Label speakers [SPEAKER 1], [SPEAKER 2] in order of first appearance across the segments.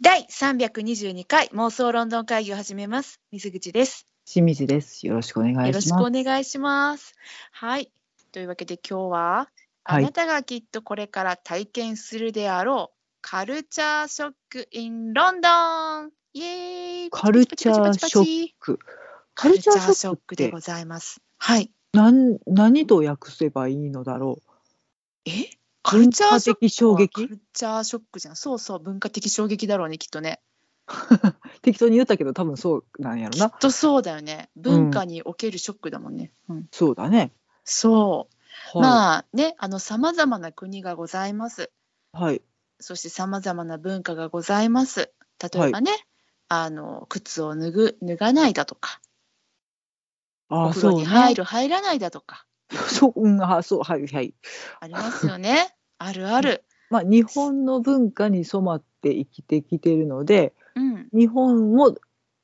[SPEAKER 1] 第322回妄想ロンドン会議を始めます。水口です。
[SPEAKER 2] 清水です。よろしくお願い
[SPEAKER 1] よろ
[SPEAKER 2] し
[SPEAKER 1] しく
[SPEAKER 2] ます。
[SPEAKER 1] お願いします。はい。というわけで今日は、
[SPEAKER 2] は
[SPEAKER 1] あ
[SPEAKER 2] い
[SPEAKER 1] なたがきっとこれから体験するであろうカルチャーショック in ロンドンイエーイ
[SPEAKER 2] カルチャーショッ
[SPEAKER 1] ック
[SPEAKER 2] ク。
[SPEAKER 1] カ
[SPEAKER 2] カ
[SPEAKER 1] ル
[SPEAKER 2] ル
[SPEAKER 1] チ
[SPEAKER 2] チ
[SPEAKER 1] ャ
[SPEAKER 2] ャ
[SPEAKER 1] ーシ
[SPEAKER 2] ーシ
[SPEAKER 1] ョ
[SPEAKER 2] ョ
[SPEAKER 1] ッ
[SPEAKER 2] ッ
[SPEAKER 1] ク
[SPEAKER 2] クって
[SPEAKER 1] でございます。はい。
[SPEAKER 2] なん何と訳せばいいのだろう。
[SPEAKER 1] えカルチャーショック
[SPEAKER 2] 的衝
[SPEAKER 1] カ
[SPEAKER 2] 撃
[SPEAKER 1] ルチャーショックじゃん。そうそう、文化的衝撃だろうね、きっとね。
[SPEAKER 2] 適当に言ったけど多分そうなんやろ
[SPEAKER 1] きっ
[SPEAKER 2] な。
[SPEAKER 1] とそうだよね。文化におけるショックだもんね。うん、
[SPEAKER 2] そうだね。
[SPEAKER 1] そう。
[SPEAKER 2] はい。
[SPEAKER 1] まあねあのさまざまな国がございます
[SPEAKER 2] はい、
[SPEAKER 1] そしてさまざまな文化がございます例えばね、あの靴を脱ぐ脱がないだとかお
[SPEAKER 2] ああ、
[SPEAKER 1] 風呂
[SPEAKER 2] そ
[SPEAKER 1] に
[SPEAKER 2] うね。
[SPEAKER 1] 入る、入らないだとか
[SPEAKER 2] そう、 うん、ああそう、はい、はい。
[SPEAKER 1] ありますよね あるある
[SPEAKER 2] まあ、日本の文化に染まって生きてきてるので、
[SPEAKER 1] うん
[SPEAKER 2] 日本も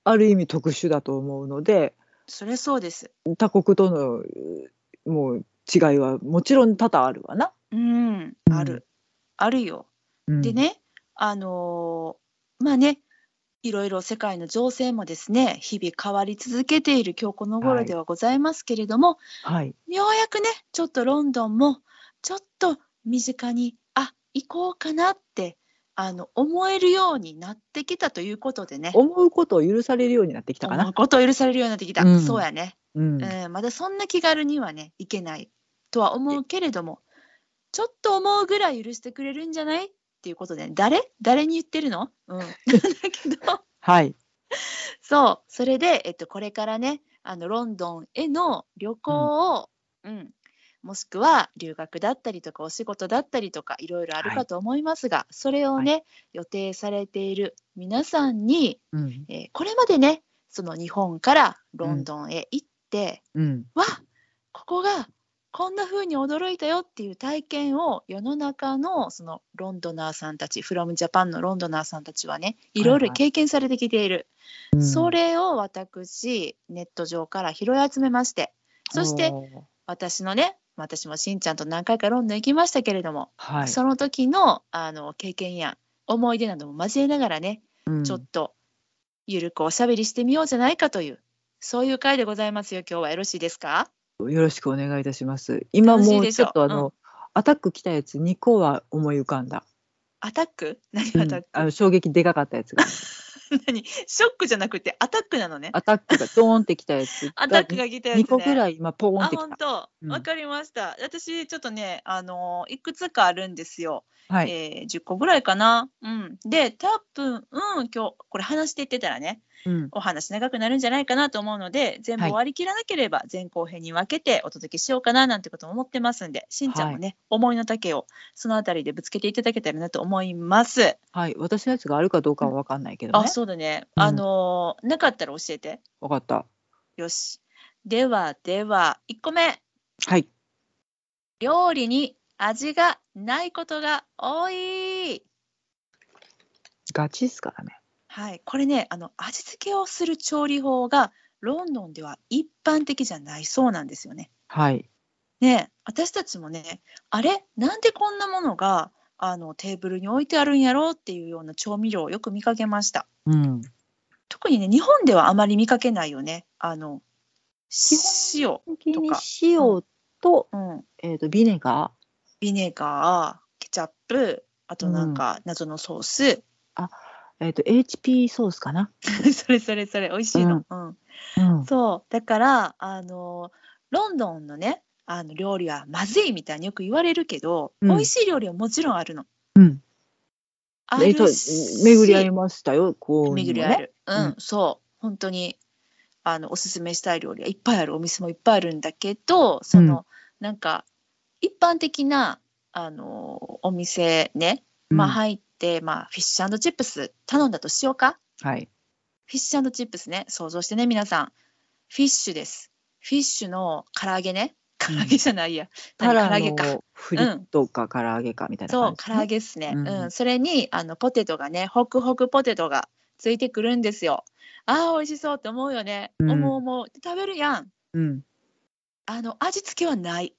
[SPEAKER 2] ある意味特殊だと思うので、
[SPEAKER 1] それそうです
[SPEAKER 2] 他国とのうもう違いはもちろん多々あるわな。
[SPEAKER 1] うん
[SPEAKER 2] うん
[SPEAKER 1] ある、あるよ
[SPEAKER 2] うん
[SPEAKER 1] で。ねあのーまあねいろいろ世界の情勢もですね日々変わり続けている今日この頃ではございますけれども、
[SPEAKER 2] はい。
[SPEAKER 1] ようやくねちょっとロンドンもちょっと身近にあ行こうかなってあの思えるようになってきたということでね
[SPEAKER 2] 思うことを許されるようになってきたか
[SPEAKER 1] 思
[SPEAKER 2] な
[SPEAKER 1] う。ことを許されるようになってきた、
[SPEAKER 2] うん
[SPEAKER 1] そうやね、
[SPEAKER 2] うん
[SPEAKER 1] うん、まだそんな気軽にはね行けないとは思うけれどもちょっと思うぐらい許してくれるんじゃないっていうことで、ね、誰誰に言ってるの、うん、 なんだけど
[SPEAKER 2] はい。
[SPEAKER 1] そう、それで、えっと、これからね、あのロンドンへの旅行を、うんもしくは留学だったりとか、お仕事だったりとか、いろいろある
[SPEAKER 2] は
[SPEAKER 1] か
[SPEAKER 2] い
[SPEAKER 1] と思いますが、それをね、予定されている皆さんに、
[SPEAKER 2] うん。
[SPEAKER 1] えーこれまでね、その日本からロンドンへ行って、
[SPEAKER 2] うん。
[SPEAKER 1] わここがこんな風に驚いたよっていう体験を世の中のそのロンドナーさんたち、フロムジャパンのロンドナーさんたちはね、いろいろ経験されてきている。
[SPEAKER 2] うん
[SPEAKER 1] それを私ネット上から拾い集めましてそして
[SPEAKER 2] おー
[SPEAKER 1] 私のね私もしんちゃんと何回かロンドン行きましたけれども、
[SPEAKER 2] はい。
[SPEAKER 1] その時のあの経験や思い出なども交えながらね、
[SPEAKER 2] うん
[SPEAKER 1] ちょっとゆるくおしゃべりしてみようじゃないかというそういう回でございますよ今日はよろしいですか
[SPEAKER 2] よろしくお願いいたします。今
[SPEAKER 1] 楽しい
[SPEAKER 2] も
[SPEAKER 1] で
[SPEAKER 2] う
[SPEAKER 1] し
[SPEAKER 2] ち
[SPEAKER 1] ょ
[SPEAKER 2] ょっとあの、アタック来たやつ2個は思い浮かんだ。
[SPEAKER 1] アタック何
[SPEAKER 2] うん
[SPEAKER 1] アタック、
[SPEAKER 2] あの衝撃でかかった やつが。
[SPEAKER 1] 何ショックじゃなくてアタックなのね
[SPEAKER 2] アタックがドーンってきたやつ
[SPEAKER 1] アタックが来たやつ、ね、
[SPEAKER 2] 2個ぐらい今ポーン
[SPEAKER 1] あ
[SPEAKER 2] ってき
[SPEAKER 1] 本当わ、
[SPEAKER 2] うん
[SPEAKER 1] かりました私ちょっとねあのいくつかあるんですよ、
[SPEAKER 2] た。はい。
[SPEAKER 1] えー10個ぐらいかな、うん、で多分、うん、今日これ話していってたらね
[SPEAKER 2] うん。
[SPEAKER 1] お話長くなるんじゃないかなと思うので全部
[SPEAKER 2] はい
[SPEAKER 1] 終わりきらなければ前後編に分けてお届けしようかななんてことも思ってますんでしんちゃんもね、思いの丈をそのあたりでぶつけていただけたらなと思います、
[SPEAKER 2] はい。私のやつがあるかどうかは分かんないけど
[SPEAKER 1] あ
[SPEAKER 2] ね。
[SPEAKER 1] そうだね、
[SPEAKER 2] うん
[SPEAKER 1] あのーなかったら教えて
[SPEAKER 2] 分かった。
[SPEAKER 1] よしではでは1個目
[SPEAKER 2] はい。
[SPEAKER 1] 料理に味がないことが多い。
[SPEAKER 2] ガチっすからね。
[SPEAKER 1] はい、これね、あの味付けをする調理法がロンドンでは一般的じゃないそうなんですよね。
[SPEAKER 2] はい。
[SPEAKER 1] ねえ、私たちもね、あれ、なんでこんなものがあのテーブルに置いてあるんやろうっていうような調味料をよく見かけました。
[SPEAKER 2] うん。
[SPEAKER 1] 特にね、日本ではあまり見かけないよね。あの塩、
[SPEAKER 2] 次
[SPEAKER 1] に
[SPEAKER 2] に塩と、
[SPEAKER 1] うん、
[SPEAKER 2] えっ、と、ビネガ
[SPEAKER 1] ビネガー、ケチャップ、あとなんか謎のソース。
[SPEAKER 2] ー、えっ、と、HP ソースかな。
[SPEAKER 1] それそれそれ、美味しいの。うん
[SPEAKER 2] うん。
[SPEAKER 1] そうだからあのロンドンのねあの料理はまずいみたいによく言われるけど、
[SPEAKER 2] うん
[SPEAKER 1] 美味しい料理はもちろんあるの。
[SPEAKER 2] うん。
[SPEAKER 1] あ
[SPEAKER 2] えっと、巡り合い
[SPEAKER 1] る
[SPEAKER 2] ましたよ、こ
[SPEAKER 1] し。
[SPEAKER 2] う、ね。
[SPEAKER 1] 巡り合える。うん、
[SPEAKER 2] うん
[SPEAKER 1] そう本当にあのおすすめしたい料理はいっぱいあるお店もいっぱいあるんだけどその、なんか一般的なあのお店ね、まあ、
[SPEAKER 2] うん
[SPEAKER 1] 入って、まあ、フィッシュチップス頼んだとしようか。
[SPEAKER 2] はい。
[SPEAKER 1] フィッシュチップスね、想像してね、皆さん。フィッシュです。フィッシュの唐揚げね。唐揚げじゃないや。
[SPEAKER 2] た
[SPEAKER 1] 何
[SPEAKER 2] ら
[SPEAKER 1] 唐
[SPEAKER 2] あ
[SPEAKER 1] 揚げか。
[SPEAKER 2] のフリットか唐揚げかみたいな
[SPEAKER 1] そう、
[SPEAKER 2] 感じ、
[SPEAKER 1] 唐揚
[SPEAKER 2] げ。
[SPEAKER 1] げっすね。う
[SPEAKER 2] うん
[SPEAKER 1] ん、それに、あの、ポテトがね、ホクホクポテトがついてくるんですよ。ああ、美味しそうって思うよね。
[SPEAKER 2] うん
[SPEAKER 1] 思う思う。食べるやん。
[SPEAKER 2] うん。
[SPEAKER 1] あの、味付けはない。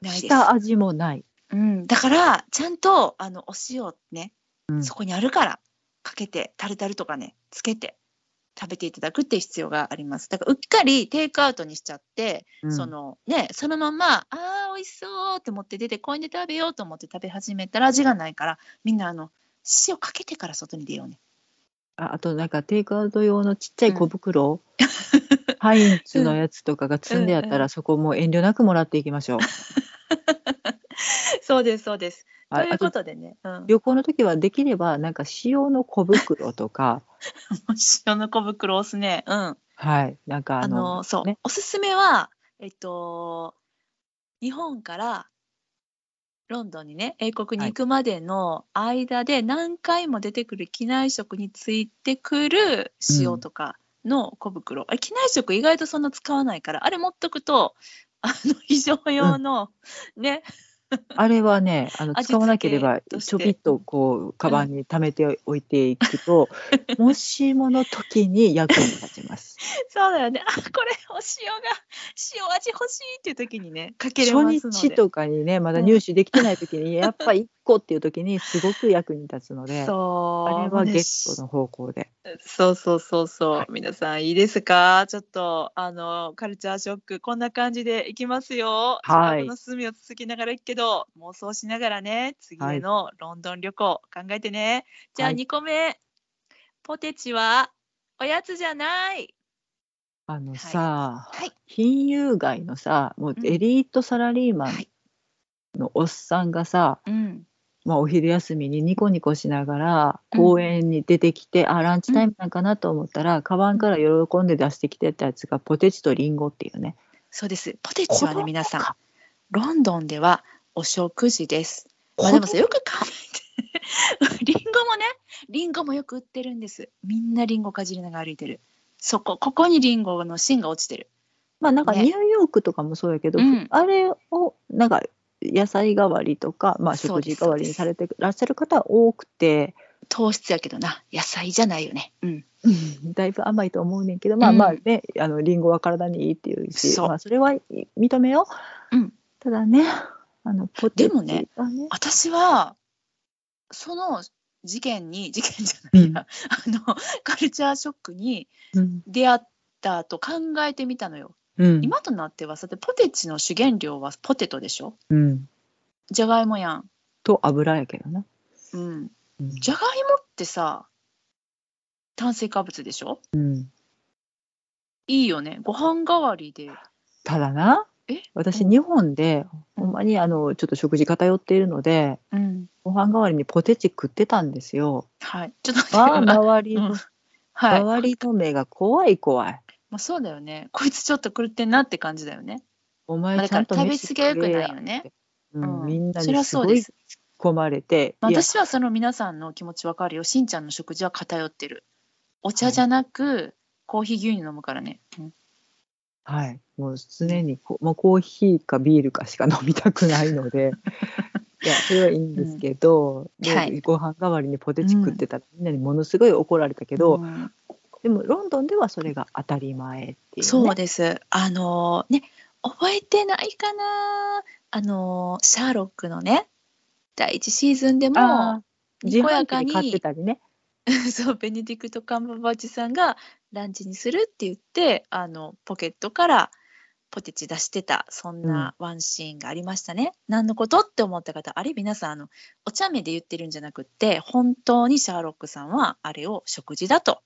[SPEAKER 1] ないです。
[SPEAKER 2] 下味もない。
[SPEAKER 1] うん、だから、ちゃんと、あの、お塩ね、
[SPEAKER 2] うん
[SPEAKER 1] そこにあるから。かけてタルタルとかねつけて食べていただくっていう必要がありますだからうっかりテイクアウトにしちゃって、
[SPEAKER 2] うん
[SPEAKER 1] そのねそのままあー美味しそうって思って出て公園で食べようと思って食べ始めたら味がないからみんなあの塩かけてから外に出ようね
[SPEAKER 2] ああとなんかテイクアウト用のちっちゃい小 袋、ハインツのやつとかが積んであった
[SPEAKER 1] うんう
[SPEAKER 2] らそこもう遠慮なくもらっていきましょう。
[SPEAKER 1] そうです そうですと
[SPEAKER 2] あ
[SPEAKER 1] いう
[SPEAKER 2] あ
[SPEAKER 1] こととでね、うん、
[SPEAKER 2] 旅行の時はできればなんか塩の小袋とか
[SPEAKER 1] 塩の小袋を押すねうん
[SPEAKER 2] はいなんか
[SPEAKER 1] あ
[SPEAKER 2] あの
[SPEAKER 1] のそう、
[SPEAKER 2] ね
[SPEAKER 1] おすすめはえっと日本からロンドンにね英国に
[SPEAKER 2] はい
[SPEAKER 1] 行くまでの間で何回も出てくる機内食についてくる塩とかの小袋、あれ機内食意外とそんな使わないからあれ持っとくとあの 非常用の、ね
[SPEAKER 2] あれはねあの
[SPEAKER 1] 味付け
[SPEAKER 2] 使わなければ
[SPEAKER 1] として
[SPEAKER 2] ちょびっとこうカバンに溜めておいていくともしもの時に役に立ちます。
[SPEAKER 1] そうだよねあこれお塩が塩味欲しいっていう時にねかけれ
[SPEAKER 2] 初
[SPEAKER 1] ますので
[SPEAKER 2] 日とかにねまだ入手できてない時に、やっぱ1個っていう時にすごく役に立つので。
[SPEAKER 1] そう
[SPEAKER 2] あれは
[SPEAKER 1] もうね
[SPEAKER 2] ゲットの方向で。
[SPEAKER 1] そうそうそうそう、皆さんいいですかちょっとあのカルチャーショックこんな感じでいきますよ
[SPEAKER 2] はい
[SPEAKER 1] 自分の隅をつつきながらいくけど妄想しながらね次へのロンドン旅行考えてね、じゃあ
[SPEAKER 2] はい
[SPEAKER 1] 2個目、ポテチはおやつじゃない
[SPEAKER 2] あの
[SPEAKER 1] い
[SPEAKER 2] さ、
[SPEAKER 1] はい
[SPEAKER 2] 金融街のさもう
[SPEAKER 1] うん
[SPEAKER 2] エリートサラリーマ
[SPEAKER 1] は
[SPEAKER 2] ン
[SPEAKER 1] い
[SPEAKER 2] のおっさんがさ、
[SPEAKER 1] うん
[SPEAKER 2] まあ、お昼休みにニコニコしながら
[SPEAKER 1] うん
[SPEAKER 2] 公園に出てきて、あランチタイムなんかなと思ったら、カバンから喜んで出してきてたやつがポテチとリンゴっていうね。
[SPEAKER 1] そうですポテチは
[SPEAKER 2] 子
[SPEAKER 1] ね
[SPEAKER 2] 供
[SPEAKER 1] 皆さん
[SPEAKER 2] か
[SPEAKER 1] ロンドンではお食事ですまあでもさよく考えて リンゴもねリンゴもよく売ってるんですみんなリンゴかじりながら歩いてるそこここにリンゴの芯が落ちてる
[SPEAKER 2] まあなんか
[SPEAKER 1] ね
[SPEAKER 2] ニューヨークとかもそうやけど、
[SPEAKER 1] うん
[SPEAKER 2] あれをなんか野菜代わりとか、まあ、
[SPEAKER 1] そう
[SPEAKER 2] 食
[SPEAKER 1] で
[SPEAKER 2] 事
[SPEAKER 1] す
[SPEAKER 2] 代わりにされてらっしゃる方は多くて、
[SPEAKER 1] 糖質やけどな野菜じゃないよねうん
[SPEAKER 2] だいぶ甘いと思うねんけどまあまあ
[SPEAKER 1] うん
[SPEAKER 2] ね、あのリンゴは体にいいっていうし
[SPEAKER 1] そう
[SPEAKER 2] まあ、それはい認めよう、
[SPEAKER 1] うん
[SPEAKER 2] ただねあのポテチ
[SPEAKER 1] でもね
[SPEAKER 2] はね
[SPEAKER 1] 私はその事件に 事件じゃないや、あのカルチャーショックに
[SPEAKER 2] うん
[SPEAKER 1] 出会ったと考えてみたのよ
[SPEAKER 2] うん
[SPEAKER 1] 今となってはさてポテチの主原料はポテトでしょ
[SPEAKER 2] うん
[SPEAKER 1] じゃがいもやん
[SPEAKER 2] と油やけどな、
[SPEAKER 1] うん
[SPEAKER 2] うん
[SPEAKER 1] じゃがいもってさ炭水化物でしょ
[SPEAKER 2] うん
[SPEAKER 1] いいよねご飯代わりで
[SPEAKER 2] ただな
[SPEAKER 1] え
[SPEAKER 2] 私
[SPEAKER 1] うん
[SPEAKER 2] 日本で
[SPEAKER 1] うん
[SPEAKER 2] ほんまにあのちょっと食事偏っているので
[SPEAKER 1] うん
[SPEAKER 2] ご飯代わりにポテチ食ってたんですよ。
[SPEAKER 1] はいちょっと待
[SPEAKER 2] まあ
[SPEAKER 1] ってよ
[SPEAKER 2] 周り
[SPEAKER 1] うん
[SPEAKER 2] の、
[SPEAKER 1] はい
[SPEAKER 2] 周りの目が怖い怖い。
[SPEAKER 1] まあ、そうだよねこいつちょっと狂ってんなって感じだよね
[SPEAKER 2] お
[SPEAKER 1] まあ
[SPEAKER 2] 前
[SPEAKER 1] だ
[SPEAKER 2] ちゃ
[SPEAKER 1] から
[SPEAKER 2] んと
[SPEAKER 1] 食べ
[SPEAKER 2] 飯
[SPEAKER 1] 過ぎはよく
[SPEAKER 2] 食
[SPEAKER 1] な
[SPEAKER 2] え
[SPEAKER 1] い
[SPEAKER 2] や
[SPEAKER 1] よね
[SPEAKER 2] うん
[SPEAKER 1] うん
[SPEAKER 2] みんな
[SPEAKER 1] それは
[SPEAKER 2] にす
[SPEAKER 1] そう
[SPEAKER 2] ご
[SPEAKER 1] で
[SPEAKER 2] い
[SPEAKER 1] す
[SPEAKER 2] 込まれて、
[SPEAKER 1] まあ
[SPEAKER 2] いや
[SPEAKER 1] 私はその皆さんの気持ちわかるよしんちゃんの食事は偏ってるお茶じゃなく、コーヒー牛乳飲むからね、うん
[SPEAKER 2] はい、もう常にこ、もうコーヒーかビールかしか飲みたくない のでいやそれはいいんですけど、
[SPEAKER 1] うん
[SPEAKER 2] で
[SPEAKER 1] はい
[SPEAKER 2] ご飯代わりにポテチ食ってたら、みんなにものすごい怒られたけど、
[SPEAKER 1] うん
[SPEAKER 2] でもロンドンではそれが当たり前っていう、ね、
[SPEAKER 1] そうですあのーね覚えてないかなあのーシャーロックのね第一シーズンでも
[SPEAKER 2] あー
[SPEAKER 1] に
[SPEAKER 2] 自
[SPEAKER 1] こや
[SPEAKER 2] 販
[SPEAKER 1] か
[SPEAKER 2] 機
[SPEAKER 1] に
[SPEAKER 2] で買ってたりね
[SPEAKER 1] そうベネディクト・カンバーバッチさんがランチにするって言ってあのポケットからポテチ出してたそんなワンシーンがありましたね。何のことって思った方あれ皆さんあのお茶目で言ってるんじゃなくって本当にシャーロックさんはあれを食事だと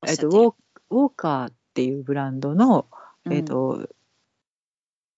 [SPEAKER 1] おっ
[SPEAKER 2] えっ
[SPEAKER 1] しゃ
[SPEAKER 2] と
[SPEAKER 1] っ
[SPEAKER 2] ウ
[SPEAKER 1] てる。
[SPEAKER 2] ォーウォーカーっていうブランドの、えっ
[SPEAKER 1] うん
[SPEAKER 2] と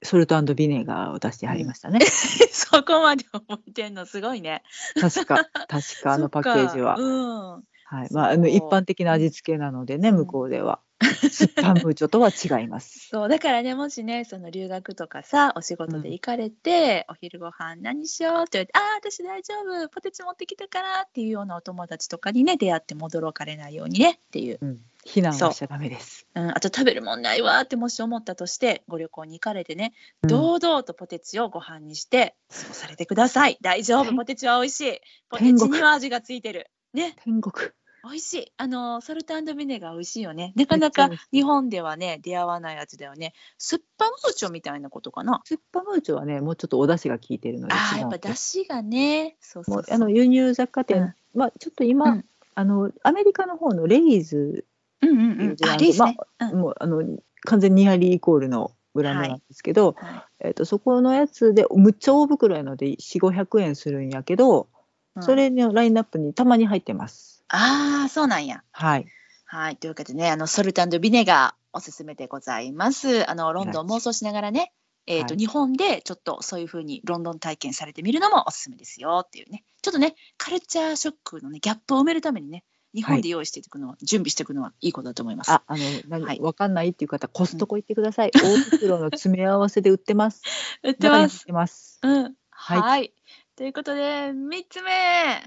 [SPEAKER 2] ソルトビネガーを出してはりましたね、
[SPEAKER 1] そこまで覚えてんのすごいね。
[SPEAKER 2] 確 か確かあのパッケージは
[SPEAKER 1] そっかうん
[SPEAKER 2] はいまあ、あの
[SPEAKER 1] そう
[SPEAKER 2] 一般的な味付けなのでね、
[SPEAKER 1] うん
[SPEAKER 2] 向こうでは。スッタンブーチョとは違います。
[SPEAKER 1] そうだからねもしねその留学とかさお仕事で行かれて、お昼ご飯何しようって言われて「ああ私大丈夫ポテチ持ってきたから」っていうようなお友達とかにね出会っても驚かれないようにねっていう、
[SPEAKER 2] うん、避難はしちゃダメです。
[SPEAKER 1] うん、あと食べるもんないわーってもし思ったとしてご旅行に行かれてね
[SPEAKER 2] うん
[SPEAKER 1] 堂々とポテチをご飯にしてそうされてください大丈夫
[SPEAKER 2] 天
[SPEAKER 1] ポテチは美味しいポテ
[SPEAKER 2] 天
[SPEAKER 1] チ
[SPEAKER 2] 国
[SPEAKER 1] には味がついてるね
[SPEAKER 2] 天国。
[SPEAKER 1] 美味しいあのソルトビネガー美味しいよねなかなか
[SPEAKER 2] めっちゃ美味し
[SPEAKER 1] 日本ではね出会わない味だよね酸っぱムーチョみたいなことかな
[SPEAKER 2] スッタンブーチョはね、もうちょっとお出汁が効いてるので。
[SPEAKER 1] あー
[SPEAKER 2] 違
[SPEAKER 1] や
[SPEAKER 2] う
[SPEAKER 1] っぱだしがねそうそ
[SPEAKER 2] も
[SPEAKER 1] う
[SPEAKER 2] う
[SPEAKER 1] そう
[SPEAKER 2] あの輸入雑貨店、
[SPEAKER 1] うん
[SPEAKER 2] まあちょっと今、
[SPEAKER 1] うん
[SPEAKER 2] あのアメリカの方のレイズ
[SPEAKER 1] うんうんうん。あ、レースね。うん
[SPEAKER 2] もうあの完全にニアリーイコールのブランドなんですけど、
[SPEAKER 1] は
[SPEAKER 2] えっとそこのやつでむっちゃ大袋やので4500円するんやけど、
[SPEAKER 1] い
[SPEAKER 2] そ。れのラインナップにたまに入ってます。
[SPEAKER 1] ああ、そうなんや。
[SPEAKER 2] はい、
[SPEAKER 1] はい。というわけでね、あの、ソルタンドビネガーおすすめでございます。あの、ロンドン妄想しながらね、えっ、と、
[SPEAKER 2] はい
[SPEAKER 1] 日本でちょっとそういうふうにロンドン体験されてみるのもおすすめですよっていうね。ちょっとね、カルチャーショックのね、ギャップを埋めるためにね、日本で用意していくのは、準備していくのはいいことだと思います。
[SPEAKER 2] あ、あの、何、
[SPEAKER 1] はい
[SPEAKER 2] わかんないっていう方、コストコ行ってください。大袋の詰め合わせで売ってます。
[SPEAKER 1] 売っ
[SPEAKER 2] 中に入ってます。
[SPEAKER 1] うん。は。
[SPEAKER 2] はいい
[SPEAKER 1] ということで、3つ目。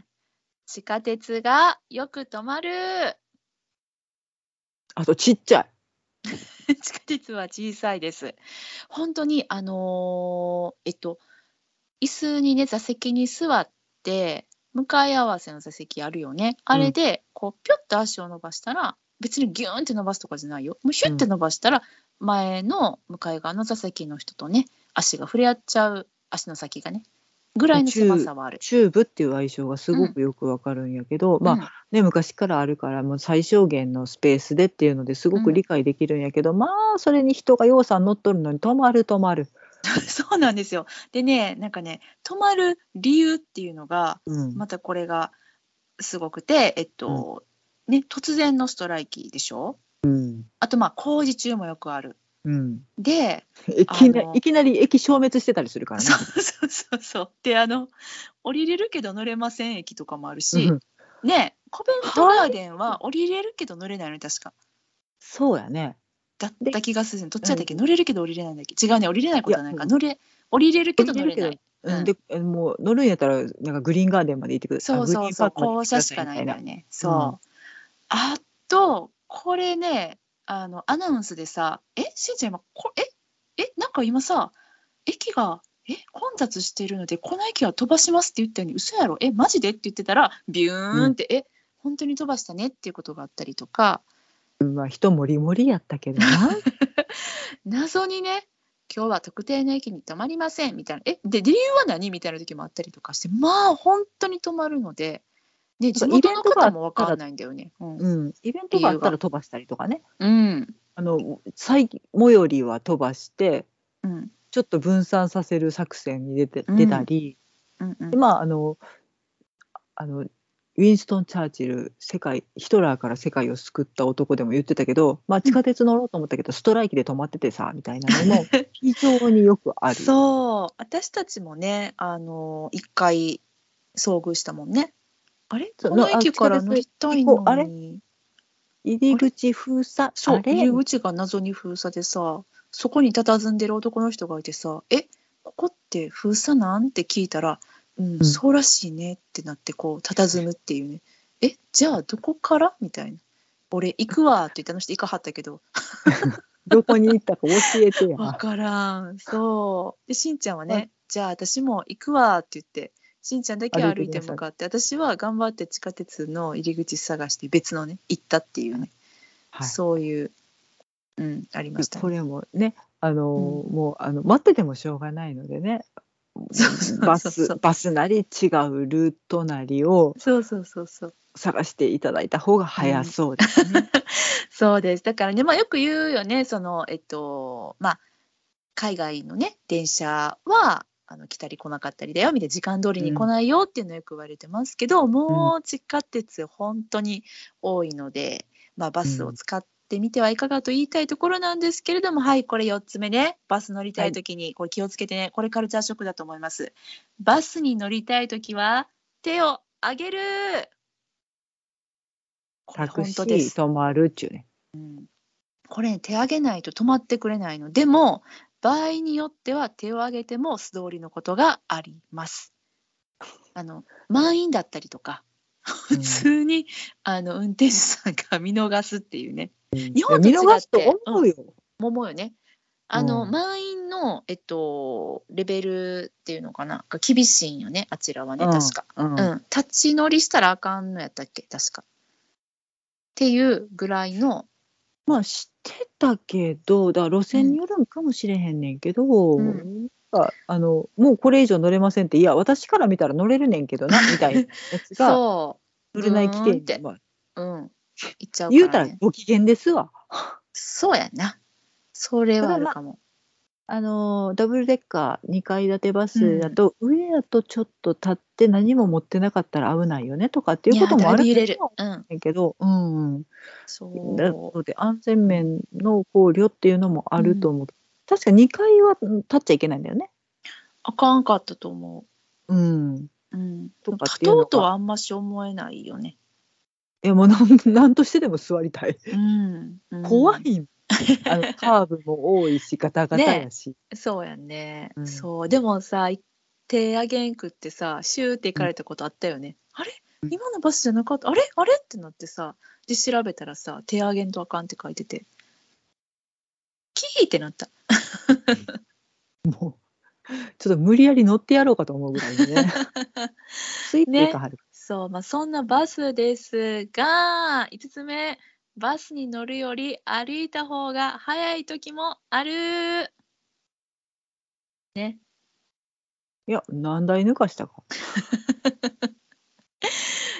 [SPEAKER 1] 地下鉄がよく止まる。
[SPEAKER 2] あとちっちゃい。
[SPEAKER 1] 地下鉄は小さいです。本当に、あのーえっと、椅子にね、座席に座って、向かい合わせの座席あるよね。あれで、こう、ぴょっと足を伸ばしたら、別にギューンって伸ばすとかじゃないよ。もうヒュッて伸ばしたら、前の向かい側の座席の人とね、足が触れ合っちゃう、足の先がね、ぐらいの狭さはある。
[SPEAKER 2] チューブっていう愛称がすごくよくわかるんやけど、まあ
[SPEAKER 1] うん
[SPEAKER 2] ね昔からあるからもう最小限のスペースでっていうのですごく理解できるんやけど、まあそれに人が要さん乗っとるのに止まる止まる。
[SPEAKER 1] そうなんですよ。でね、なんかね、止まる理由っていうのが、
[SPEAKER 2] うん。
[SPEAKER 1] またこれがすごくて、えっと、ね、突然のストライキでしょ
[SPEAKER 2] うん。
[SPEAKER 1] あと、まあ、工事中もよくある。
[SPEAKER 2] うん。
[SPEAKER 1] で、
[SPEAKER 2] いきな
[SPEAKER 1] あの
[SPEAKER 2] いきなり駅消滅してたりするからね。
[SPEAKER 1] そうそうそうそう。で、あの、降りれるけど乗れません駅とかもあるし、
[SPEAKER 2] うん
[SPEAKER 1] ね、コベントガーデンは降りれるけど乗れないのに確か。
[SPEAKER 2] そうやね。
[SPEAKER 1] だった気がする。どっちだったっけ、乗れるけど降りれないんだっけ違うね、降りれないことはないか。乗れ、降りれるけど乗れない。
[SPEAKER 2] う
[SPEAKER 1] うん
[SPEAKER 2] ん、でもう乗るんやったらなんかグリーンガーデンまで行ってください。
[SPEAKER 1] そうそうそう、
[SPEAKER 2] グリーンパークまで行
[SPEAKER 1] 校
[SPEAKER 2] ってく
[SPEAKER 1] 舎
[SPEAKER 2] だ
[SPEAKER 1] し
[SPEAKER 2] さ
[SPEAKER 1] かな
[SPEAKER 2] いみ
[SPEAKER 1] いん
[SPEAKER 2] たい
[SPEAKER 1] だ
[SPEAKER 2] な
[SPEAKER 1] よね。そう。あと、これね、あの、アナウンスでさ、え、しんちゃん今、こえ、え、なんか今さ、駅が、え、混雑しているので、この駅は飛ばしますって言ったのに、嘘やろえ、マジでって言ってたら、ビューンって、え、本当に飛ばしたねっていうことがあったりとか、
[SPEAKER 2] まあ人もりもりやったけど な。
[SPEAKER 1] 謎にね、今日は特定の駅に止まりませんみたいな、え、で、理由は何みたいな時もあったりとかして、まあ、本当に止まるので、で、地
[SPEAKER 2] なんかイベ
[SPEAKER 1] 元の
[SPEAKER 2] ントが
[SPEAKER 1] 方
[SPEAKER 2] あったら
[SPEAKER 1] もわかんないんだよね。うん
[SPEAKER 2] うん、イベントがあったら飛ばしたりとかね。
[SPEAKER 1] うん。
[SPEAKER 2] あの最最寄りは飛ばして
[SPEAKER 1] うん。
[SPEAKER 2] ちょっと分散させる作戦に出て
[SPEAKER 1] うん
[SPEAKER 2] 出たり、
[SPEAKER 1] うんうん
[SPEAKER 2] でまああのあのウィンストン・チャーチル世界ヒトラーから世界を救った男でも言ってたけど、まあ、地下鉄乗ろうと思ったけど、ストライキで止まっててさみたいなの も非常によくある。
[SPEAKER 1] そう私たちもねあの一回遭遇したもんねあれ
[SPEAKER 2] そう
[SPEAKER 1] この
[SPEAKER 2] あ
[SPEAKER 1] 駅から乗りたいのに
[SPEAKER 2] 地下鉄行こうあれ入り口封鎖
[SPEAKER 1] そう
[SPEAKER 2] あれ
[SPEAKER 1] 入り口が謎に封鎖でさそこに佇んでる男の人がいてさ「えここって封鎖なん?」って聞いたら「うん、
[SPEAKER 2] うん
[SPEAKER 1] そうらしいね」ってなってこう佇むっていうね「えじゃあどこから?」みたいな「俺行くわ」って言ったの人行かはったけど
[SPEAKER 2] どこに行ったか教えてや。
[SPEAKER 1] わからん。そう。で、しんちゃんはね、
[SPEAKER 2] はい
[SPEAKER 1] じゃあ私も行くわって言って、しんちゃんだけは歩
[SPEAKER 2] 歩
[SPEAKER 1] い
[SPEAKER 2] いて
[SPEAKER 1] て
[SPEAKER 2] ください
[SPEAKER 1] 向かって、私は頑張って地下鉄の入り口探して別のね、行ったっていうね、
[SPEAKER 2] はい
[SPEAKER 1] そういう、うん、ありましたね、
[SPEAKER 2] これもねあのー、もうあの待っててもしょうがないのでね
[SPEAKER 1] そうそうそうそう
[SPEAKER 2] バスバスなり違うルートなりを
[SPEAKER 1] そうそうそうそう。
[SPEAKER 2] 探していただいた方が早そうですね。
[SPEAKER 1] そうです。だからね、まあよく言うよね、その、えっと、まあ、海外のね、電車は、あの来たり来なかったりだよみたいな時間通りに来ないよっていうのをよく言われてますけど、もう地下鉄本当に多いので、まあ、バスを使ってみてはいかがと言いたいところなんですけれども、はいこれ4つ目ねバス乗りたい時にこれ気をつけてねこれカルチャーショックだと思いますバスに乗りたい時は手を上げるこれ
[SPEAKER 2] タク
[SPEAKER 1] 本
[SPEAKER 2] シ
[SPEAKER 1] 当
[SPEAKER 2] ー
[SPEAKER 1] です
[SPEAKER 2] 止まるっちゅうね。
[SPEAKER 1] これね手上げないと止まってくれないのでも場合によっては手を上げても素通りのことがあります。あの満員だったりとか
[SPEAKER 2] う
[SPEAKER 1] 普
[SPEAKER 2] ん
[SPEAKER 1] 通に、あの運転手さんが見逃すっていうね日
[SPEAKER 2] 日
[SPEAKER 1] 本と違
[SPEAKER 2] 見
[SPEAKER 1] って
[SPEAKER 2] 逃すと思うよ。
[SPEAKER 1] 桃よね。あの、
[SPEAKER 2] うん
[SPEAKER 1] 満員の、えっと、レベルっていうのかなが厳しいんよねあちらはね
[SPEAKER 2] うん
[SPEAKER 1] 確か、
[SPEAKER 2] うん
[SPEAKER 1] うん、立ち乗りしたらあかんのやったっけ確か。っていうぐらいの
[SPEAKER 2] まあ知ってたけどだから路線によるんかもしれへんねんけど、
[SPEAKER 1] うん
[SPEAKER 2] なんかあ のもうこれ以上乗れませんっていや私から見たら乗れるねんけどなみたいなやつが
[SPEAKER 1] そ
[SPEAKER 2] 売れない規定
[SPEAKER 1] うーんって
[SPEAKER 2] まあ
[SPEAKER 1] うん。言っちゃうから、ね。
[SPEAKER 2] 言うたらご機嫌ですわ。
[SPEAKER 1] そうやな。それはあるかも。
[SPEAKER 2] あのダブルデッカー2階建てバスだと、上やとちょっと立って何も持ってなかったら危ないよねとかっていうこともある
[SPEAKER 1] いやだいぶ揺れる
[SPEAKER 2] とは。
[SPEAKER 1] うん。
[SPEAKER 2] 思うけど、うんうん、な
[SPEAKER 1] そ
[SPEAKER 2] ので安全面の考慮っていうのもあると思う、確か2階はうん立っちゃいけないんだよね。
[SPEAKER 1] う。あかんかったと思。
[SPEAKER 2] うん、いう
[SPEAKER 1] うん。
[SPEAKER 2] とかっ
[SPEAKER 1] 立
[SPEAKER 2] てい
[SPEAKER 1] と
[SPEAKER 2] うのが
[SPEAKER 1] うとはあんまし思えないよね。
[SPEAKER 2] やもうなん なんとしてでも座りたい。
[SPEAKER 1] うん。うん
[SPEAKER 2] 怖。いもんあ のカーブも多いしガタガタやし、
[SPEAKER 1] そうやね。
[SPEAKER 2] うん
[SPEAKER 1] そう。でもさ、手上げんくってさ、シューって行かれたことあったよね。あれ今のバスじゃなかった。あれあれってなってさ、で調べたらさ、手上げんとあかんって書いてて。キーってなった。
[SPEAKER 2] もうちょっと無理やり乗ってやろうかと思うぐらいね スイッチが入る、
[SPEAKER 1] そう、まあ、そんなバスですが、5つ目、バスに乗るより歩いた方が早い時もある。ね。
[SPEAKER 2] いや何台抜かしたか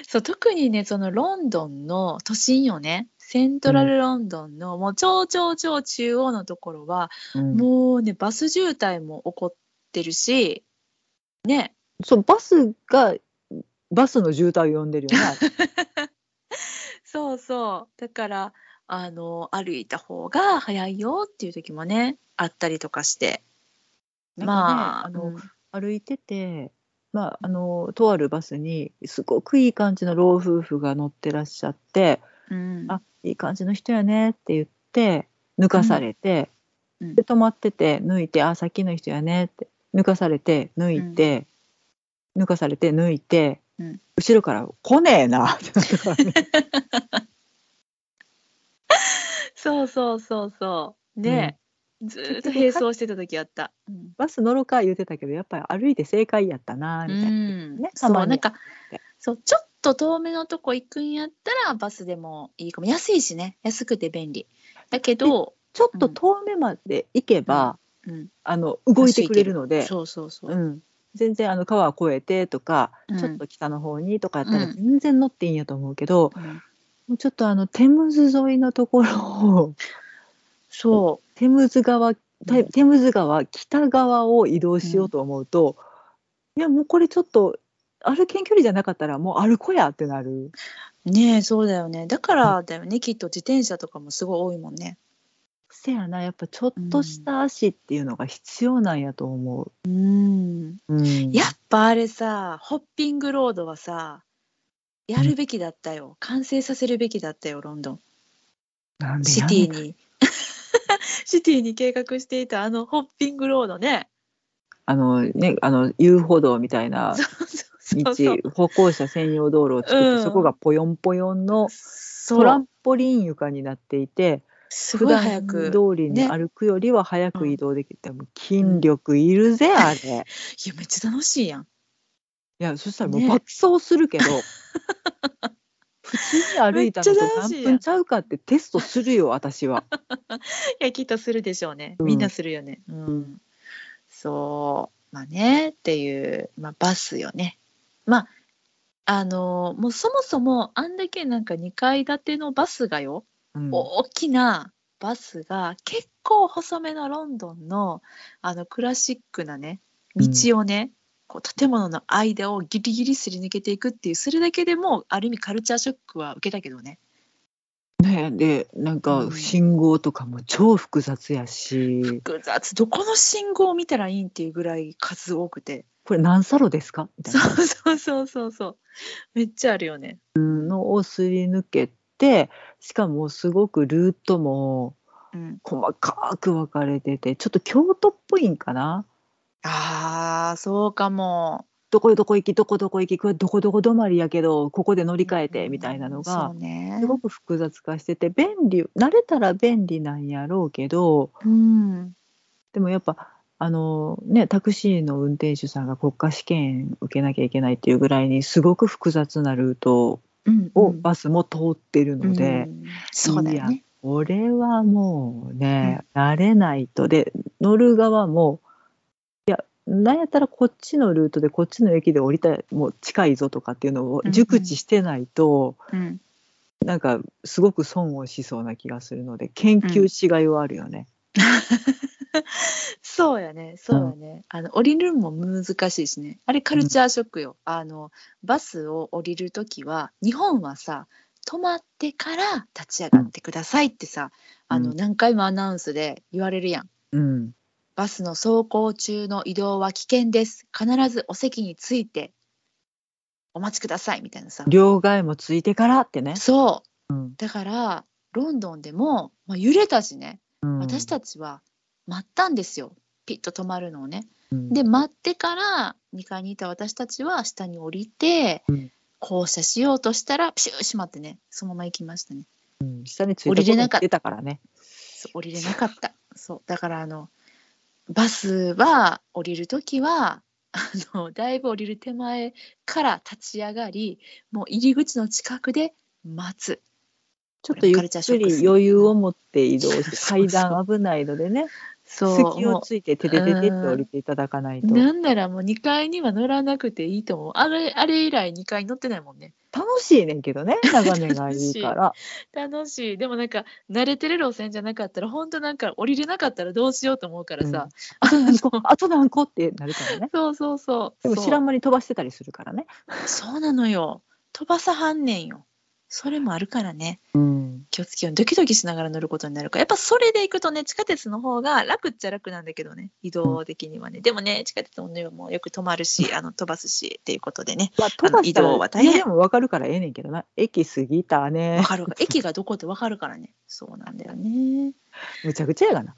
[SPEAKER 1] そう、特にね、そのロンドンの都心よね、セントラルロンドンの、もう超超超中央のところは、
[SPEAKER 2] うん
[SPEAKER 1] もうね、バス渋滞も起こってるし、ね、
[SPEAKER 2] そうバスがバスの渋滞を呼んでるよねあれ
[SPEAKER 1] そうそう。だから、あの、歩いた方が早いよっていう時もね、あったりとかして。
[SPEAKER 2] なんかね
[SPEAKER 1] まあ、
[SPEAKER 2] あの
[SPEAKER 1] うん
[SPEAKER 2] 歩いてて、まあ、あのとあるバスにすごくいい感じの老夫婦が乗ってらっしゃって
[SPEAKER 1] うん
[SPEAKER 2] 「あいい感じの人やね」って言って抜かされて、
[SPEAKER 1] うんうん
[SPEAKER 2] で止まってて抜いて「あさっきの人やね」って抜かされて抜いて、抜かされて抜いて、
[SPEAKER 1] うん
[SPEAKER 2] 後ろから「来ねえな」ってなったからね
[SPEAKER 1] そうそうそうそう。ね、ずーっと並走してた時あった。うん
[SPEAKER 2] バス乗ろうか言うてたけどやっぱり歩いて正解やったなみたいな。
[SPEAKER 1] うん
[SPEAKER 2] ね
[SPEAKER 1] そう
[SPEAKER 2] たまに
[SPEAKER 1] なんかそうちょっと遠めのとこ行くんやったらバスでもいいかも安いしね安くて便利だけど、
[SPEAKER 2] ちょっと遠目まで行けば、
[SPEAKER 1] うん、
[SPEAKER 2] あの動いてくれるので、
[SPEAKER 1] そうそうそう、
[SPEAKER 2] うん、全然あの川越えてとか、
[SPEAKER 1] うん
[SPEAKER 2] ちょっと北の方にとかやった
[SPEAKER 1] う
[SPEAKER 2] ら
[SPEAKER 1] ん
[SPEAKER 2] 全然乗っていいんやと思うけど、
[SPEAKER 1] うん
[SPEAKER 2] もうちょっとあのテムズ沿いのところを
[SPEAKER 1] そ
[SPEAKER 2] テムズ川
[SPEAKER 1] う
[SPEAKER 2] テテムズ川北側を移動しようと思うと、いやもうこれちょっと歩けん距離じゃなかったらもう歩こやってなる。
[SPEAKER 1] うねえそうだよねだからだよねきっと自転車とかもすごい多いもんね
[SPEAKER 2] せやなやっぱちょっとした足っていうのが必要なんやと思
[SPEAKER 1] うん
[SPEAKER 2] う。うん、い
[SPEAKER 1] やっぱあれさホッピングロードはさやるべきだったよ完成させるべきだったよロンドン
[SPEAKER 2] なんで
[SPEAKER 1] シ
[SPEAKER 2] やん
[SPEAKER 1] ティに シティに計画していたあのホッピングロードね
[SPEAKER 2] あのねあの遊歩道みたいな
[SPEAKER 1] そうそう
[SPEAKER 2] 道
[SPEAKER 1] そうそう
[SPEAKER 2] 歩行者専用道路を作って、
[SPEAKER 1] うん
[SPEAKER 2] そこがポヨンポヨンの
[SPEAKER 1] そ
[SPEAKER 2] トラ
[SPEAKER 1] う
[SPEAKER 2] ンポリン床になっていて
[SPEAKER 1] す
[SPEAKER 2] 普
[SPEAKER 1] ごい
[SPEAKER 2] 段
[SPEAKER 1] 早
[SPEAKER 2] 通
[SPEAKER 1] く
[SPEAKER 2] りに
[SPEAKER 1] ね
[SPEAKER 2] 歩くよりは早く移動できて、もう筋力いるぜ、あれ い
[SPEAKER 1] いやめっちゃ楽しいやん
[SPEAKER 2] やそしたらもう
[SPEAKER 1] ね
[SPEAKER 2] 爆走するけ ど、普通に歩いたのと
[SPEAKER 1] めっちゃ楽しいやん
[SPEAKER 2] 何分ちゃうかってテストする よ私は。
[SPEAKER 1] いやきっとするでしょうね
[SPEAKER 2] うん
[SPEAKER 1] みんなするよねうん、
[SPEAKER 2] うん
[SPEAKER 1] そうまあねっていう、まあ、バスよねまああのーもうそもそもあんだけなんか2階建てのバスがよ、
[SPEAKER 2] うん
[SPEAKER 1] 大きなバスが結構細めのロンドンのあのクラシックなね道をね、こう建物の間をギリギリすり抜けていくっていうそれだけでもうある意味カルチャーショックは受けたけどね
[SPEAKER 2] ね、でなん
[SPEAKER 1] う
[SPEAKER 2] か
[SPEAKER 1] ん
[SPEAKER 2] 信号とかも超複雑やし
[SPEAKER 1] 複雑どこの信号を見たらいいんっていうぐらい数多くて
[SPEAKER 2] これ何サロですかみたい
[SPEAKER 1] そ
[SPEAKER 2] な
[SPEAKER 1] うそうそうそうそうめっちゃあるよね
[SPEAKER 2] のをすり抜けてしかもすごくルートも
[SPEAKER 1] うん
[SPEAKER 2] 細かく分かれててちょっと京都っぽいんかな
[SPEAKER 1] あーそうかも
[SPEAKER 2] どこどこ行きどこどこ行きこれどこどこ止まりやけどここで乗り換えてみたいなの
[SPEAKER 1] そ
[SPEAKER 2] が
[SPEAKER 1] うね
[SPEAKER 2] すごく複雑化してて便利慣れたら便利なんやろうけど
[SPEAKER 1] うん
[SPEAKER 2] でもやっぱあのねタクシーの運転手さんが国家試験受けなきゃいけないっていうぐらいにすごく複雑なルート
[SPEAKER 1] うん
[SPEAKER 2] を
[SPEAKER 1] うん
[SPEAKER 2] バスも通ってるので。
[SPEAKER 1] うんそうだよね
[SPEAKER 2] 俺はもうね、慣れないとで乗る側もいやなんやったらこっちのルートでこっちの駅で降りたいもう近いぞとかっていうのを
[SPEAKER 1] うんうん
[SPEAKER 2] 熟知してないと、
[SPEAKER 1] うん、
[SPEAKER 2] なんかすごく損をしそうな気がするので研究しがいはあるよね。
[SPEAKER 1] そうやね、そうやね。あの降りるのも難しいしね。あれカルチャーショックよ。あのバスを降りるときは、日本はさ、止まってから立ち上がってくださいってさ、あの
[SPEAKER 2] うん
[SPEAKER 1] 何回もアナウンスで言われるやん。
[SPEAKER 2] うん、
[SPEAKER 1] バスの走行中の移動は危険です。必ずお席についてお待ちくださいみたいなさ。
[SPEAKER 2] 両替もついてからってね。
[SPEAKER 1] そう。
[SPEAKER 2] うん
[SPEAKER 1] だからロンドンでも、まあ、揺れたしね。私たちは待ったんですよ。ピッと止まるのをね。で
[SPEAKER 2] も、
[SPEAKER 1] 待ってから2階にいた私たちは下に降りて、
[SPEAKER 2] うん
[SPEAKER 1] 降車しようとしたらピシュー閉まってねそのまま行きましたね
[SPEAKER 2] うん下につい
[SPEAKER 1] 降りれなかった
[SPEAKER 2] てたからね。
[SPEAKER 1] そう降りれなかったそうだからあのバスは降りる時はあのだいぶ降りる手前から立ち上がりもう入り口の近くで待つ
[SPEAKER 2] ちょっとゆ
[SPEAKER 1] カル
[SPEAKER 2] っ
[SPEAKER 1] チャーショ
[SPEAKER 2] く
[SPEAKER 1] ックです
[SPEAKER 2] り
[SPEAKER 1] ね
[SPEAKER 2] 余裕を持って移動し
[SPEAKER 1] そう
[SPEAKER 2] て
[SPEAKER 1] そう
[SPEAKER 2] 階段危ないのでね
[SPEAKER 1] そう
[SPEAKER 2] 隙を
[SPEAKER 1] も
[SPEAKER 2] ついてててててって降りていただかないうと
[SPEAKER 1] なんならもう2階には乗らなくていいと思うあれあれ以来2階に乗ってないもんね
[SPEAKER 2] 楽しいねん けどね眺めがいいから
[SPEAKER 1] 楽しいでもなんか慣れてる路線じゃなかったら本当なんか降りれなかったらどうしようと思うからさ、
[SPEAKER 2] あと何個あと何個ってなるから ね
[SPEAKER 1] そうそうそう
[SPEAKER 2] でも
[SPEAKER 1] そう
[SPEAKER 2] 知らん間に飛ばしてたりするからね。
[SPEAKER 1] そうなのよ飛ばさはんねんよそれもあるからね
[SPEAKER 2] うん、
[SPEAKER 1] 気をつけようドキドキしながら乗ることになるからやっぱそれで行くとね地下鉄の方が楽っちゃ楽なんだけどね移動的にはね、でもね地下鉄もねもうよく止まるしあの飛ばすしっていうことでね
[SPEAKER 2] まあ飛ばした
[SPEAKER 1] あの移動は
[SPEAKER 2] ら
[SPEAKER 1] 大変
[SPEAKER 2] 家でも分かるからええねんけどな駅過ぎたね
[SPEAKER 1] わか るか駅がどこってわかるからねそうなんだよね
[SPEAKER 2] むちゃくちゃやがな。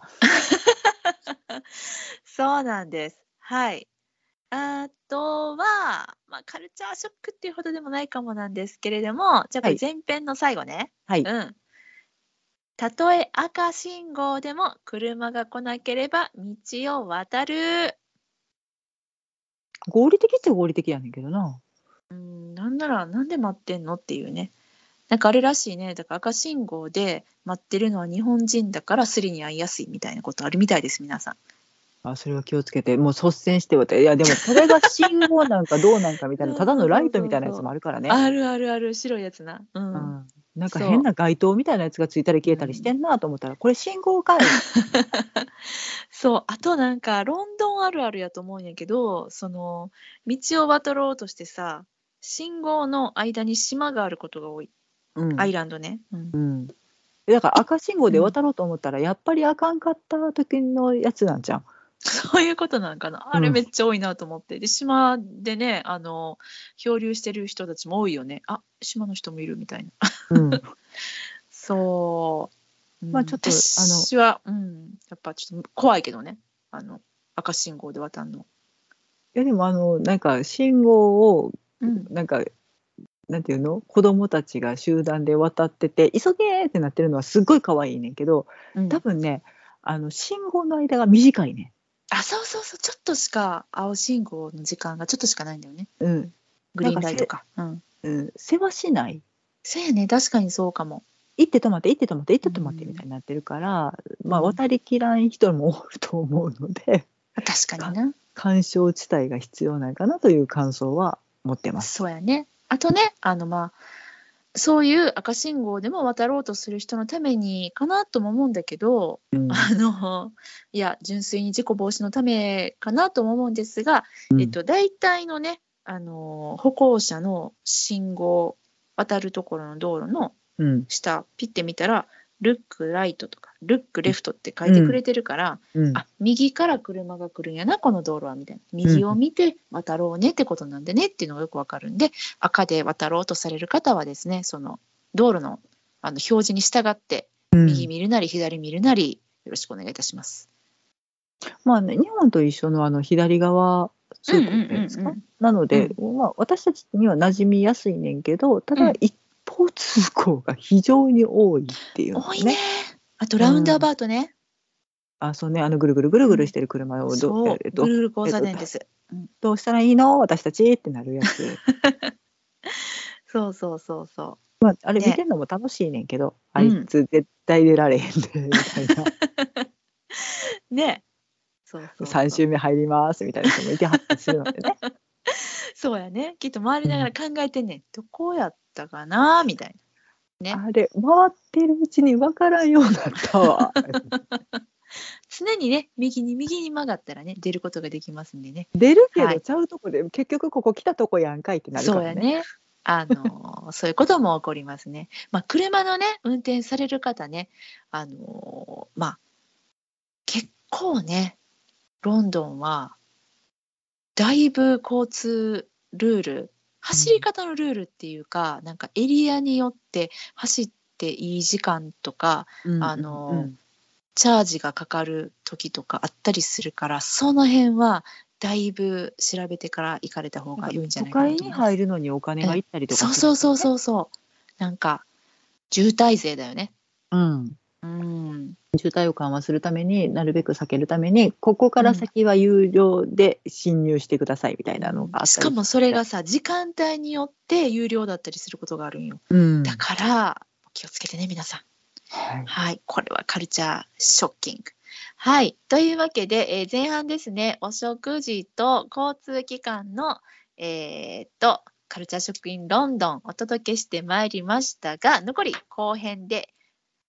[SPEAKER 1] そうなんです。はい。あとは、まあ、カルチャーショックっていうほどでもないかもなんですけれども、じゃあこ
[SPEAKER 2] は
[SPEAKER 1] れ
[SPEAKER 2] い
[SPEAKER 1] 前編の最後ね。
[SPEAKER 2] はい
[SPEAKER 1] うん。たとえ赤信号でも車が来なければ道を渡る。
[SPEAKER 2] 合理的っちゃ合理的やねんけどな。
[SPEAKER 1] うん、なんならなんで待ってんのっていうね。なんかあれらしいね。だから赤信号で待ってるのは日本人だからスリに遭いやすいみたいなことあるみたいです、皆さん。
[SPEAKER 2] あそれは気をつけてもう率先して渡いやでもこれが信号なんかどうなんかみたいな
[SPEAKER 1] そうそ
[SPEAKER 2] た
[SPEAKER 1] うそう
[SPEAKER 2] だ
[SPEAKER 1] そう
[SPEAKER 2] のライトみたいなやつもあるからね。
[SPEAKER 1] あるあるある、白いやつな。
[SPEAKER 2] う
[SPEAKER 1] うん
[SPEAKER 2] ん、なんか変な街灯みたいなやつがついたり消えたりしてんなと思ったらこれ信号かい。
[SPEAKER 1] そうあとなんかロンドンあるあるやと思うんやけどその道を渡ろうとしてさ信号の間に島があることが多い、
[SPEAKER 2] うん
[SPEAKER 1] アイランドね、うん
[SPEAKER 2] うん、だから赤信号で渡ろうと思ったらやっぱりあかんかった時のやつなんじゃん。
[SPEAKER 1] そういうことなんかなあれ
[SPEAKER 2] うん
[SPEAKER 1] めっちゃ多いなと思ってで島でねあの漂流してる人たちも多いよねあ島の人もいるみたいな
[SPEAKER 2] うん
[SPEAKER 1] そう、
[SPEAKER 2] まあちょっ
[SPEAKER 1] う
[SPEAKER 2] と
[SPEAKER 1] ん私はうんやっぱちょっと怖いけどねあの赤信号で渡るの、
[SPEAKER 2] いやでもあのなんか信号を
[SPEAKER 1] うん、
[SPEAKER 2] なんかなんていうの子供たちが集団で渡ってて「急げ!」ってなってるのはすっごい可愛いねんけど
[SPEAKER 1] うん
[SPEAKER 2] 多分ねあの信号の間が短いね
[SPEAKER 1] あそうそうそうちょっとしか青信号の時間がちょっとしかないんだよね
[SPEAKER 2] ん。うん
[SPEAKER 1] グリーンライトかうん
[SPEAKER 2] うん、世話しない
[SPEAKER 1] そうやね確かにそうかも
[SPEAKER 2] 行って止まって行って止まって行って止まって
[SPEAKER 1] うん
[SPEAKER 2] みたいになってるから、まあ
[SPEAKER 1] うん
[SPEAKER 2] 渡りきらん人もおると思うので
[SPEAKER 1] 確かにな
[SPEAKER 2] 干渉地帯が必要なんかなという感想は持ってます。
[SPEAKER 1] そうやねあとねあのまあそういう赤信号でも渡ろうとする人のためにかなとも思うんだけど、
[SPEAKER 2] うん
[SPEAKER 1] あのいや純粋に事故防止のためかなとも思うんですが、えっと、大体のねあの歩行者の信号渡るところの道路の
[SPEAKER 2] うん
[SPEAKER 1] 下ピッて見たら「ルックライト」とか「ルックレフト」って書いてくれてるから、
[SPEAKER 2] うん
[SPEAKER 1] あ右から車が来るんやなこの道路はみたいな右を見て渡ろうねってことなんでねっていうのがよくわかるんで赤で渡ろうとされる方はですねその道路のあの表示に従って
[SPEAKER 2] うん
[SPEAKER 1] 右見るなり左見るなりよろしくお願いいたします。
[SPEAKER 2] まあね、日本と一緒のあの左側通行っていうんですか、
[SPEAKER 1] うんうんうん
[SPEAKER 2] なので、まあ、私たちには馴染みやすいねんけどた
[SPEAKER 1] う
[SPEAKER 2] だ
[SPEAKER 1] ん
[SPEAKER 2] 一方通行が非常に多いっていうの
[SPEAKER 1] 多いねあとラウンドアバートね、
[SPEAKER 2] あそうねあのぐるぐるぐるぐるしてる車をど,、
[SPEAKER 1] そう
[SPEAKER 2] えっ
[SPEAKER 1] ぐ
[SPEAKER 2] と、
[SPEAKER 1] るぐる交差点です。
[SPEAKER 2] どうしたらいいの私たちってなるやつ、
[SPEAKER 1] そうそうそうそう
[SPEAKER 2] まあ、あれ
[SPEAKER 1] ね
[SPEAKER 2] 見てるのも楽しいねんけど、
[SPEAKER 1] う
[SPEAKER 2] あ
[SPEAKER 1] ん
[SPEAKER 2] いつ絶対出られへんでみたいな
[SPEAKER 1] ねそうそうそう
[SPEAKER 2] 3週目入りますみたいな人もいてはったりするのでね
[SPEAKER 1] そうやねきっと回りながら考えてんねん、どこやったかなみたいね
[SPEAKER 2] あれ回ってるうちに分からんようになったわ
[SPEAKER 1] な常にね右に右に曲がったらね出ることができますんでね
[SPEAKER 2] 出るけ
[SPEAKER 1] は
[SPEAKER 2] ど
[SPEAKER 1] い
[SPEAKER 2] ちゃうとこで、結局ここ来たとこやんかいってなるか
[SPEAKER 1] そう
[SPEAKER 2] ら
[SPEAKER 1] や
[SPEAKER 2] ね
[SPEAKER 1] ねあ のそういうことも起こりますね、まあ、車のね運転される方ねあのまあ結構ねロンドンはだいぶ交通ルール走り方のルールっていうか、なんかエリアによって走っていい時間とか
[SPEAKER 2] うん
[SPEAKER 1] あのチャージがかかる時とかあったりするからその辺はだいぶ調べてから行かれた方が良いんじゃ
[SPEAKER 2] 都
[SPEAKER 1] ないかなと思い
[SPEAKER 2] 会に
[SPEAKER 1] ます。
[SPEAKER 2] 入るのにお金がいったりとか
[SPEAKER 1] そうそうそう
[SPEAKER 2] う、
[SPEAKER 1] そうそうなんか渋滞税だよね。
[SPEAKER 2] うん、
[SPEAKER 1] うん、
[SPEAKER 2] 渋滞を緩和するためになるべく避けるためにここから先は有料で侵入してくださいみたいなのがあっ
[SPEAKER 1] したか
[SPEAKER 2] り、
[SPEAKER 1] もそれがさ時間帯によって有料だったりすることがあるんよ。
[SPEAKER 2] うん
[SPEAKER 1] だから気をつけてね皆さん。
[SPEAKER 2] はい
[SPEAKER 1] はい、これはカルチャーショッキング。はい、というわけで、えー前半ですね、お食事と交通機関の、えーっと、カルチャーショッキングロンドンお届けしてまいりましたが、残り後編で、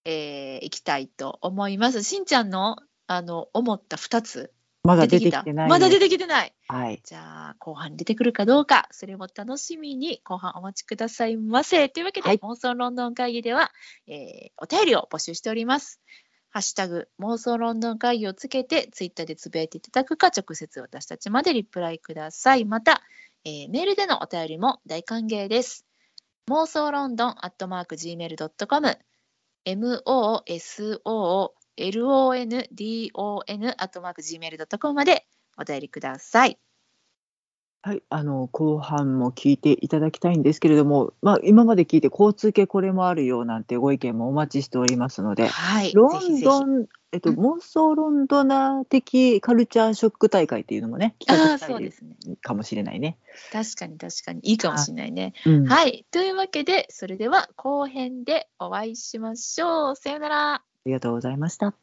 [SPEAKER 1] えーいきたいと思います。しんちゃんの、あの、思った2つ
[SPEAKER 2] まだ
[SPEAKER 1] 出てき
[SPEAKER 2] 出て
[SPEAKER 1] た。
[SPEAKER 2] きてない
[SPEAKER 1] まだ出
[SPEAKER 2] て
[SPEAKER 1] てきてない。
[SPEAKER 2] はい
[SPEAKER 1] じゃあ、後半出てくるかどうか、それも楽しみに後半お待ちくださいませ。というわけで、
[SPEAKER 2] はい
[SPEAKER 1] 妄想ロンドン会議では、えーお便りを募集しております。ハッシュタグ、妄想ロンドン会議をつけて、ツイッターでつぶやいていただくか、直接私たちまでリプライください。また、えーメールでのお便りも大歓迎です。妄想ロンドンアットマーク Gmail.com、MOSOO LONDON アットマーク Gmail.com までお便りください。
[SPEAKER 2] はい、あの後半も聞いていただきたいんですけれども、まあ、今まで聞いて交通系これもあるよなんてご意見もお待ちしておりますので
[SPEAKER 1] はい、
[SPEAKER 2] ロンドン
[SPEAKER 1] ぜ
[SPEAKER 2] えっと、
[SPEAKER 1] うん
[SPEAKER 2] 妄想ロンドナー的カルチャーショック大会っていうのもね
[SPEAKER 1] ひぜひあ
[SPEAKER 2] 企
[SPEAKER 1] あそ
[SPEAKER 2] 画
[SPEAKER 1] うで
[SPEAKER 2] し
[SPEAKER 1] すね。
[SPEAKER 2] たいかもしれないね。
[SPEAKER 1] 確かに確かにいいかもしれないね。
[SPEAKER 2] うん
[SPEAKER 1] はい、というわけでそれでは後編でお会いしましょう。さようなら。
[SPEAKER 2] ありがとうございました。